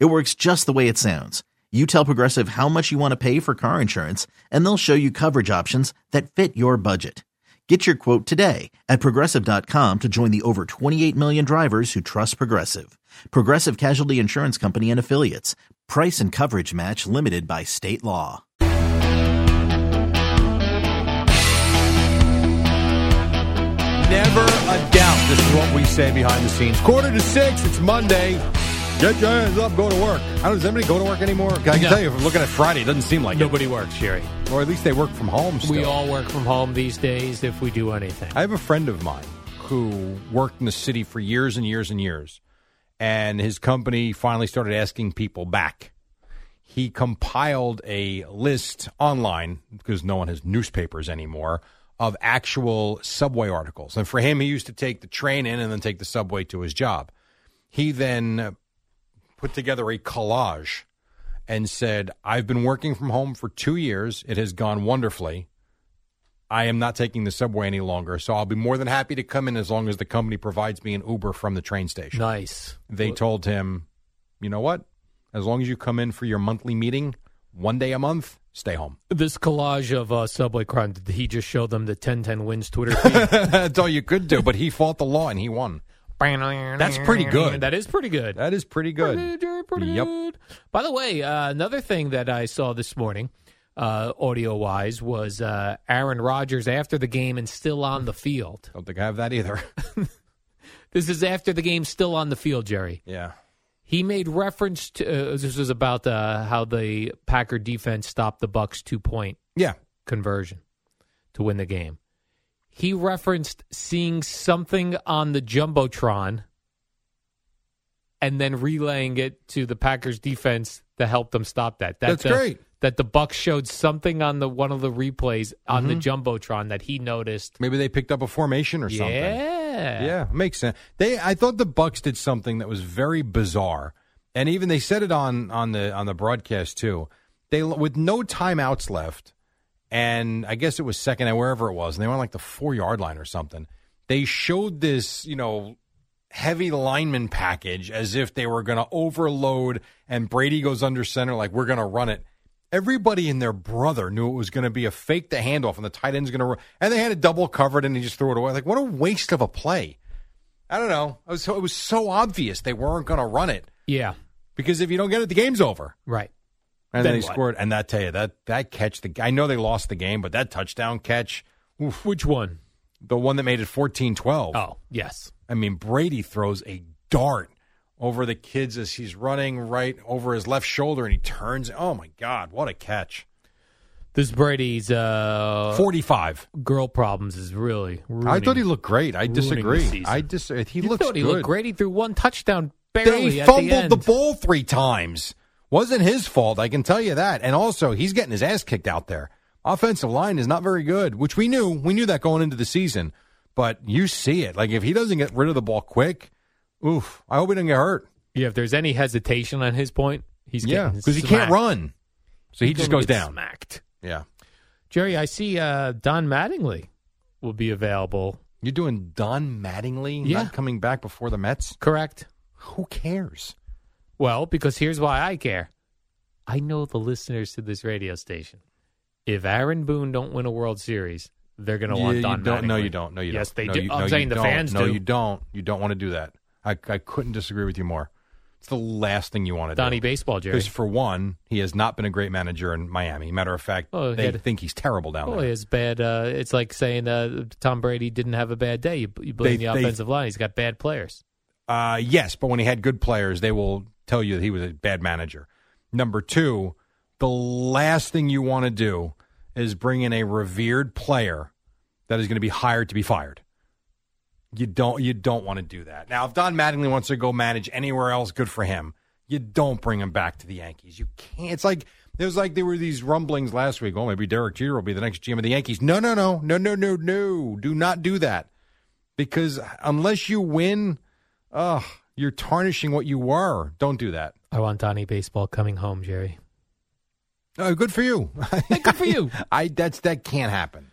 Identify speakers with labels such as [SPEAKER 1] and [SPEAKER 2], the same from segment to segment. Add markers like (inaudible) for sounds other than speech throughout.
[SPEAKER 1] It works just the way it sounds. You tell Progressive how much you want to pay for car insurance, and they'll show you coverage options that fit your budget. Get your quote today at progressive.com to join the over 28 million drivers who trust Progressive. Progressive Casualty Insurance Company and Affiliates. Price and coverage match limited by state law.
[SPEAKER 2] Never a doubt. This is what we say behind the scenes. Quarter to six. It's Monday. Get your hands up. Go to work. I don't, does anybody go to work anymore? I can
[SPEAKER 3] No.
[SPEAKER 2] tell you, if I'm looking at Friday, it doesn't seem like
[SPEAKER 3] Nobody works, Sherry.
[SPEAKER 2] it. Or at least they work from home still.
[SPEAKER 3] We all work from home these days if we do anything.
[SPEAKER 2] I have a friend of mine who worked in the city for years and years and years, and his company finally started asking people back. He compiled a list online because no one has newspapers anymore of actual subway articles. And for him, he used to take the train in and then take the subway to his job. He then uh, put together a collage and said, I've been working from home for two years. It has gone wonderfully. I am not taking the subway any longer, so I'll be more than happy to come in as long as the company provides me an Uber from the train station.
[SPEAKER 3] nice.
[SPEAKER 2] They told him, you know what? As long as you come in for your monthly meeting one day a month, stay home. (laughs)
[SPEAKER 3] This collage of uh, subway crime, did he just show them the 1010 wins Twitter
[SPEAKER 2] (laughs)
[SPEAKER 3] feed?
[SPEAKER 2] That's all you could do, but he fought the law and he won.
[SPEAKER 3] That's
[SPEAKER 2] pretty good.
[SPEAKER 3] That is pretty good.
[SPEAKER 2] That is pretty
[SPEAKER 3] Pretty
[SPEAKER 2] good.
[SPEAKER 3] good, pretty
[SPEAKER 2] Yep.
[SPEAKER 3] good. By the way, uh, another thing that I saw this morning, uh, audio wise, was uh, Aaron Rodgers after the game and still on the field.
[SPEAKER 2] Don't think I have that either. (laughs)
[SPEAKER 3] This is after the game, still on the field, Jerry.
[SPEAKER 2] yeah.
[SPEAKER 3] He made reference to uh, this was about uh, how the Packer defense stopped the Bucks two point
[SPEAKER 2] Yeah.
[SPEAKER 3] conversion to win the game. He referenced seeing something on the jumbotron and then relaying it to the Packers defense to help them stop that. that
[SPEAKER 2] That's
[SPEAKER 3] the-
[SPEAKER 2] great.
[SPEAKER 3] That the Bucks showed something on the one of the replays on the jumbotron that he noticed.
[SPEAKER 2] Maybe they picked up a formation Mm-hmm. or something.
[SPEAKER 3] Yeah,
[SPEAKER 2] Yeah, makes sense. They, I thought the Bucks did something that was very bizarre, and even they said it on on the on the broadcast too. They with no timeouts left, and I guess it was second and wherever it was, and they were on like the four yard line or something. They showed this, you know, heavy lineman package as if they were going to overload, and Brady goes under center like we're going to run it. Everybody and their brother knew it was going to be a fake to handoff, and the tight end's going to run. And they had it double covered, and he just threw it away. Like what a waste of a play! I don't know. It was so, it was so obvious they weren't going to run it
[SPEAKER 3] yeah,
[SPEAKER 2] because if you don't get it, the game's over.
[SPEAKER 3] right.
[SPEAKER 2] And
[SPEAKER 3] Then
[SPEAKER 2] then, they
[SPEAKER 3] what?
[SPEAKER 2] scored. And that tell you that that catch. The I know they lost the game, but that touchdown catch, oof,
[SPEAKER 3] Which one?
[SPEAKER 2] the one that made it 14-12.
[SPEAKER 3] Oh, yes.
[SPEAKER 2] I mean, Brady throws a dart over the kids as he's running right over his left shoulder, and he turns. Oh my God, what a catch!
[SPEAKER 3] This Brady's uh,
[SPEAKER 2] Forty-five.
[SPEAKER 3] girl problems is really. Ruining.
[SPEAKER 2] I thought he looked great. I
[SPEAKER 3] ruining the
[SPEAKER 2] disagree.
[SPEAKER 3] season.
[SPEAKER 2] I dis- uh, He
[SPEAKER 3] You
[SPEAKER 2] looks
[SPEAKER 3] thought he
[SPEAKER 2] good.
[SPEAKER 3] looked great. He threw one touchdown barely.
[SPEAKER 2] They
[SPEAKER 3] at
[SPEAKER 2] fumbled
[SPEAKER 3] the, end.
[SPEAKER 2] the, ball three times. Wasn't his fault, I can tell you that. And also, he's getting his ass kicked out there. Offensive line is not very good, which we knew. We knew that going into the season. But you see it. Like if he doesn't get rid of the ball quick, oof. I hope he doesn't get hurt.
[SPEAKER 3] Yeah, if there's any hesitation on his point, he's
[SPEAKER 2] yeah,
[SPEAKER 3] getting
[SPEAKER 2] because he can't
[SPEAKER 3] smacked.
[SPEAKER 2] run, so he
[SPEAKER 3] He's
[SPEAKER 2] just
[SPEAKER 3] gonna
[SPEAKER 2] goes
[SPEAKER 3] get
[SPEAKER 2] down.
[SPEAKER 3] Smacked.
[SPEAKER 2] Yeah,
[SPEAKER 3] Jerry, I see uh, Don Mattingly will be available.
[SPEAKER 2] you're doing Don Mattingly
[SPEAKER 3] Yeah.
[SPEAKER 2] not coming back before the Mets.
[SPEAKER 3] Correct.
[SPEAKER 2] Who cares?
[SPEAKER 3] Well, because here's why I care. I know the listeners to this radio station. If Aaron Boone don't win a World Series, they're going to
[SPEAKER 2] Yeah,
[SPEAKER 3] want
[SPEAKER 2] you
[SPEAKER 3] Don
[SPEAKER 2] don't. No,
[SPEAKER 3] Mattingly.
[SPEAKER 2] you don't. No, you
[SPEAKER 3] yes,
[SPEAKER 2] don't.
[SPEAKER 3] they
[SPEAKER 2] No,
[SPEAKER 3] do.
[SPEAKER 2] you-
[SPEAKER 3] I'm
[SPEAKER 2] no, you
[SPEAKER 3] saying the
[SPEAKER 2] don't.
[SPEAKER 3] fans
[SPEAKER 2] No,
[SPEAKER 3] do.
[SPEAKER 2] you don't. You don't want to do that. I, I couldn't disagree with you more. It's the last thing you want to
[SPEAKER 3] Donnie
[SPEAKER 2] do.
[SPEAKER 3] Baseball, Jerry.
[SPEAKER 2] Because for one, he has not been a great manager in Miami. Matter of fact,
[SPEAKER 3] Oh, he
[SPEAKER 2] they
[SPEAKER 3] had-
[SPEAKER 2] think he's terrible down
[SPEAKER 3] Oh,
[SPEAKER 2] there.
[SPEAKER 3] it's bad. Uh, it's like saying uh, Tom Brady didn't have a bad day. You, you blame
[SPEAKER 2] They-
[SPEAKER 3] the
[SPEAKER 2] they-
[SPEAKER 3] offensive line. He's got bad players.
[SPEAKER 2] Uh, yes, but when he had good players, they will tell you that he was a bad manager. Number two, the last thing you want to do is bring in a revered player that is going to be hired to be fired. You don't you don't want to do that. Now, if Don Mattingly wants to go manage anywhere else, good for him. You don't bring him back to the Yankees. You can't. It's like it was like there were these rumblings last week. Oh, maybe Derek Jeter will be the next GM of the Yankees. No, no, no, no, no, no, no. Do not do that because unless you win, uh, you're tarnishing what you were. Don't do that.
[SPEAKER 3] I want Donnie baseball coming home, Jerry.
[SPEAKER 2] Uh, good for you.
[SPEAKER 3] Hey, good for you.
[SPEAKER 2] (laughs) I that's that can't happen.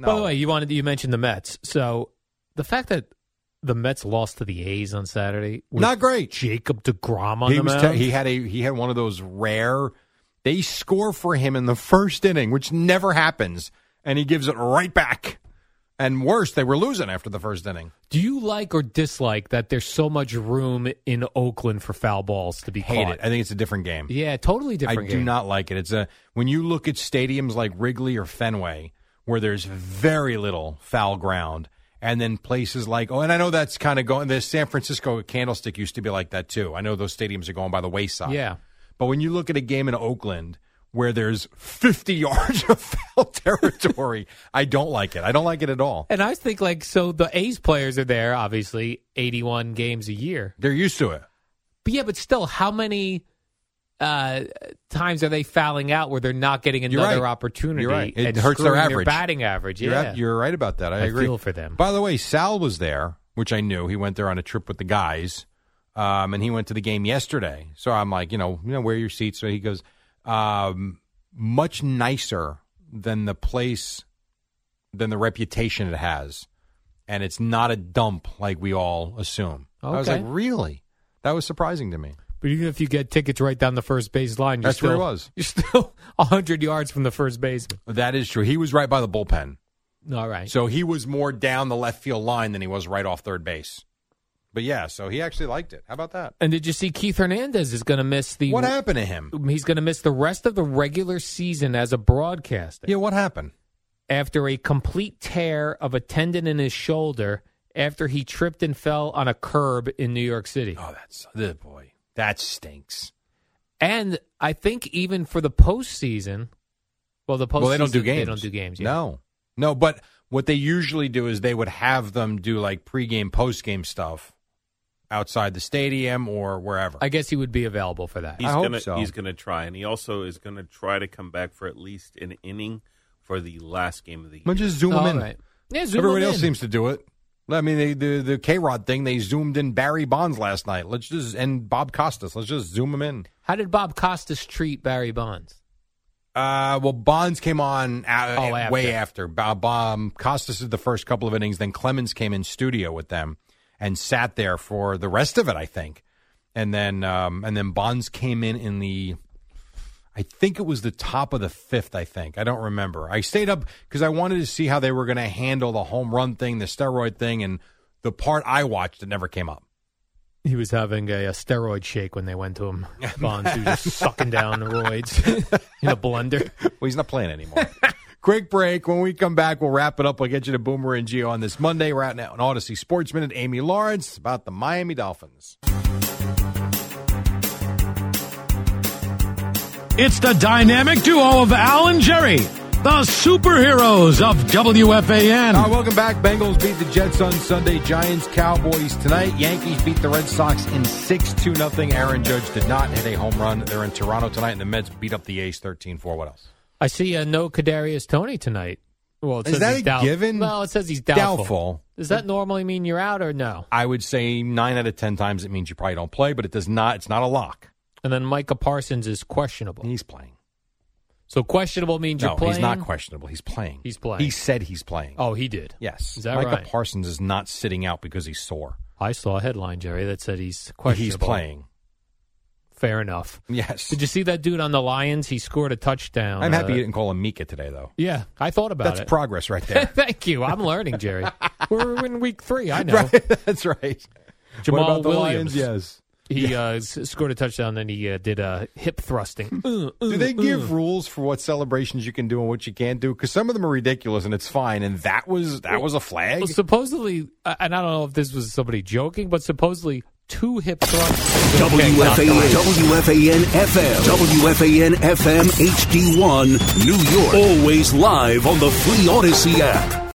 [SPEAKER 2] No.
[SPEAKER 3] By the way, you wanted you mentioned the Mets. So the fact that the Mets lost to the A's on Saturday with
[SPEAKER 2] Not great.
[SPEAKER 3] Jacob DeGrom on
[SPEAKER 2] he
[SPEAKER 3] the
[SPEAKER 2] was
[SPEAKER 3] mound.
[SPEAKER 2] te- he had a he had one of those rare. They score for him in the first inning, which never happens, and he gives it right back. And worse, they were losing after the first inning.
[SPEAKER 3] Do you like or dislike that there's so much room in Oakland for foul balls to be
[SPEAKER 2] Hate
[SPEAKER 3] caught?
[SPEAKER 2] it. I think it's a different game.
[SPEAKER 3] Yeah, totally
[SPEAKER 2] I
[SPEAKER 3] different.
[SPEAKER 2] do
[SPEAKER 3] game.
[SPEAKER 2] not like it. It's a when you look at stadiums like Wrigley or Fenway where there's very little foul ground, and then places like oh, and I know that's kind of going. The San Francisco Candlestick used to be like that too. I know those stadiums are going by the wayside.
[SPEAKER 3] Yeah.
[SPEAKER 2] but when you look at a game in Oakland where there's 50 (laughs) yards of foul territory, I don't like it. I don't like it at all.
[SPEAKER 3] And I think like so the A's players are there obviously 81 games a year.
[SPEAKER 2] They're used to it.
[SPEAKER 3] But yeah, but still how many uh, times are they fouling out where they're not getting
[SPEAKER 2] You're
[SPEAKER 3] another
[SPEAKER 2] right.
[SPEAKER 3] opportunity?
[SPEAKER 2] You're right. It
[SPEAKER 3] and
[SPEAKER 2] hurts their
[SPEAKER 3] screwing
[SPEAKER 2] average.
[SPEAKER 3] batting average.
[SPEAKER 2] You're,
[SPEAKER 3] Yeah,
[SPEAKER 2] ab- you're right about that. I,
[SPEAKER 3] I
[SPEAKER 2] agree.
[SPEAKER 3] feel for them.
[SPEAKER 2] By the way, Sal was there, which I knew. He went there on a trip with the guys, um, and he went to the game yesterday. So I'm like, you know, you know, where are your seats? So he goes, um, much nicer than the place, than the reputation it has, and it's not a dump like we all assume. I was
[SPEAKER 3] Okay.
[SPEAKER 2] like, really? That was surprising to me.
[SPEAKER 3] But even if you get tickets right down the first base line, you're
[SPEAKER 2] That's
[SPEAKER 3] still,
[SPEAKER 2] where it was.
[SPEAKER 3] You're still (laughs) 100 yards from the first baseman.
[SPEAKER 2] That is true. He was right by the bullpen.
[SPEAKER 3] All right.
[SPEAKER 2] So he was more down the left field line than he was right off third base. But yeah, so he actually liked it. How about that?
[SPEAKER 3] and did you see Keith Hernandez is going to miss the
[SPEAKER 2] What happened to him?
[SPEAKER 3] He's going to miss the rest of the regular season as a broadcaster
[SPEAKER 2] Yeah, what happened?
[SPEAKER 3] after a complete tear of a tendon in his shoulder after he tripped and fell on a curb in New York City.
[SPEAKER 2] Oh, that's the boy. That stinks.
[SPEAKER 3] And I think even for the postseason, well, the postseason
[SPEAKER 2] well, they don't do games.
[SPEAKER 3] They don't do games. Yeah.
[SPEAKER 2] No, no. But what they usually do is they would have them do like pregame, postgame stuff outside the stadium or wherever.
[SPEAKER 3] I guess he would be available for that.
[SPEAKER 2] I
[SPEAKER 4] He's
[SPEAKER 2] hope
[SPEAKER 4] gonna
[SPEAKER 2] so.
[SPEAKER 4] he's gonna try, and he also is gonna try to come back for at least an inning for the last game of the year.
[SPEAKER 2] Well, just zoom
[SPEAKER 3] All
[SPEAKER 2] them in.
[SPEAKER 3] right. Yeah, zoom
[SPEAKER 2] Everybody
[SPEAKER 3] him
[SPEAKER 2] else
[SPEAKER 3] in.
[SPEAKER 2] seems to do it. I mean, they, the the K Rod thing. They zoomed in Barry Bonds last night. Let's just and Bob Costas. Let's just zoom him in.
[SPEAKER 3] How did Bob Costas treat Barry Bonds?
[SPEAKER 2] Uh, well, Bonds came on uh,
[SPEAKER 3] Oh, after.
[SPEAKER 2] way after. Bob um, Costas did the first couple of innings, then Clemens came in studio with them and sat there for the rest of it, I think. And then um, and then Bonds came in in the, I think it was the top of the fifth. I think I don't remember. I stayed up because I wanted to see how they were going to handle the home run thing, the steroid thing, and the part I watched that never came up.
[SPEAKER 3] He was having a, a steroid shake when they went to
[SPEAKER 2] (laughs)
[SPEAKER 3] him. Bonds, who was just sucking down roids in a blender.
[SPEAKER 2] Well, he's not playing anymore. (laughs) Quick break. When we come back, we'll wrap it up. We'll get you to Boomer and Geo on this Monday. We're out now on Odyssey Sports Minute. Amy Lawrence about the Miami Dolphins.
[SPEAKER 5] It's the dynamic duo of Al and Jerry, the superheroes of WFAN.
[SPEAKER 2] All right, welcome back. Bengals beat the Jets on Sunday. Giants, Cowboys tonight. Yankees beat the Red Sox in 6 2 nothing. Aaron Judge did not hit a home run. They're in Toronto tonight, and the Mets beat up the A's 13 4. What else?
[SPEAKER 3] I see uh, no Kadarius Tony tonight. Well, it
[SPEAKER 2] Is
[SPEAKER 3] says
[SPEAKER 2] that
[SPEAKER 3] he's
[SPEAKER 2] a
[SPEAKER 3] doubt-
[SPEAKER 2] given?
[SPEAKER 3] Well, it says he's doubtful.
[SPEAKER 2] Doubtful.
[SPEAKER 3] Does that normally mean you're out or no?
[SPEAKER 2] I would say 9 out of 10 times it means you probably don't play, but it does not. It's not a lock.
[SPEAKER 3] And then Micah Parsons is questionable.
[SPEAKER 2] He's playing.
[SPEAKER 3] So questionable means
[SPEAKER 2] No,
[SPEAKER 3] you're playing.
[SPEAKER 2] he's not questionable. He's playing.
[SPEAKER 3] He's playing.
[SPEAKER 2] He said he's playing.
[SPEAKER 3] Oh, he did.
[SPEAKER 2] Yes.
[SPEAKER 3] Is that
[SPEAKER 2] Micah
[SPEAKER 3] right?
[SPEAKER 2] Parsons is not sitting out because he's sore.
[SPEAKER 3] I saw a headline, Jerry, that said he's questionable.
[SPEAKER 2] He's playing.
[SPEAKER 3] Fair enough.
[SPEAKER 2] Yes.
[SPEAKER 3] Did you see that dude on the Lions? He scored a touchdown.
[SPEAKER 2] I'm happy
[SPEAKER 3] uh,
[SPEAKER 2] you didn't call him Mika today, though.
[SPEAKER 3] Yeah, I thought about
[SPEAKER 2] That's
[SPEAKER 3] (laughs) it.
[SPEAKER 2] progress right there. (laughs)
[SPEAKER 3] Thank you. I'm learning, Jerry. We're in week three. I know.
[SPEAKER 2] Right? That's right.
[SPEAKER 3] Jamal
[SPEAKER 2] what about the Lions?
[SPEAKER 3] Williams.
[SPEAKER 2] Yes.
[SPEAKER 3] He uh, s- scored a touchdown, then he uh, did uh, hip thrusting. Uh, uh,
[SPEAKER 2] (laughs) Do they
[SPEAKER 3] uh.
[SPEAKER 2] give rules for what celebrations you can do and what you can't do? Because some of them are ridiculous, and it's fine. And that was that was a flag.
[SPEAKER 3] Well, supposedly, uh, and I don't know if this was somebody joking, but supposedly two hip thrusts.
[SPEAKER 6] WFAN, WFAN FM, WFAN FM HD1, New York. Always live on the Free Odyssey app.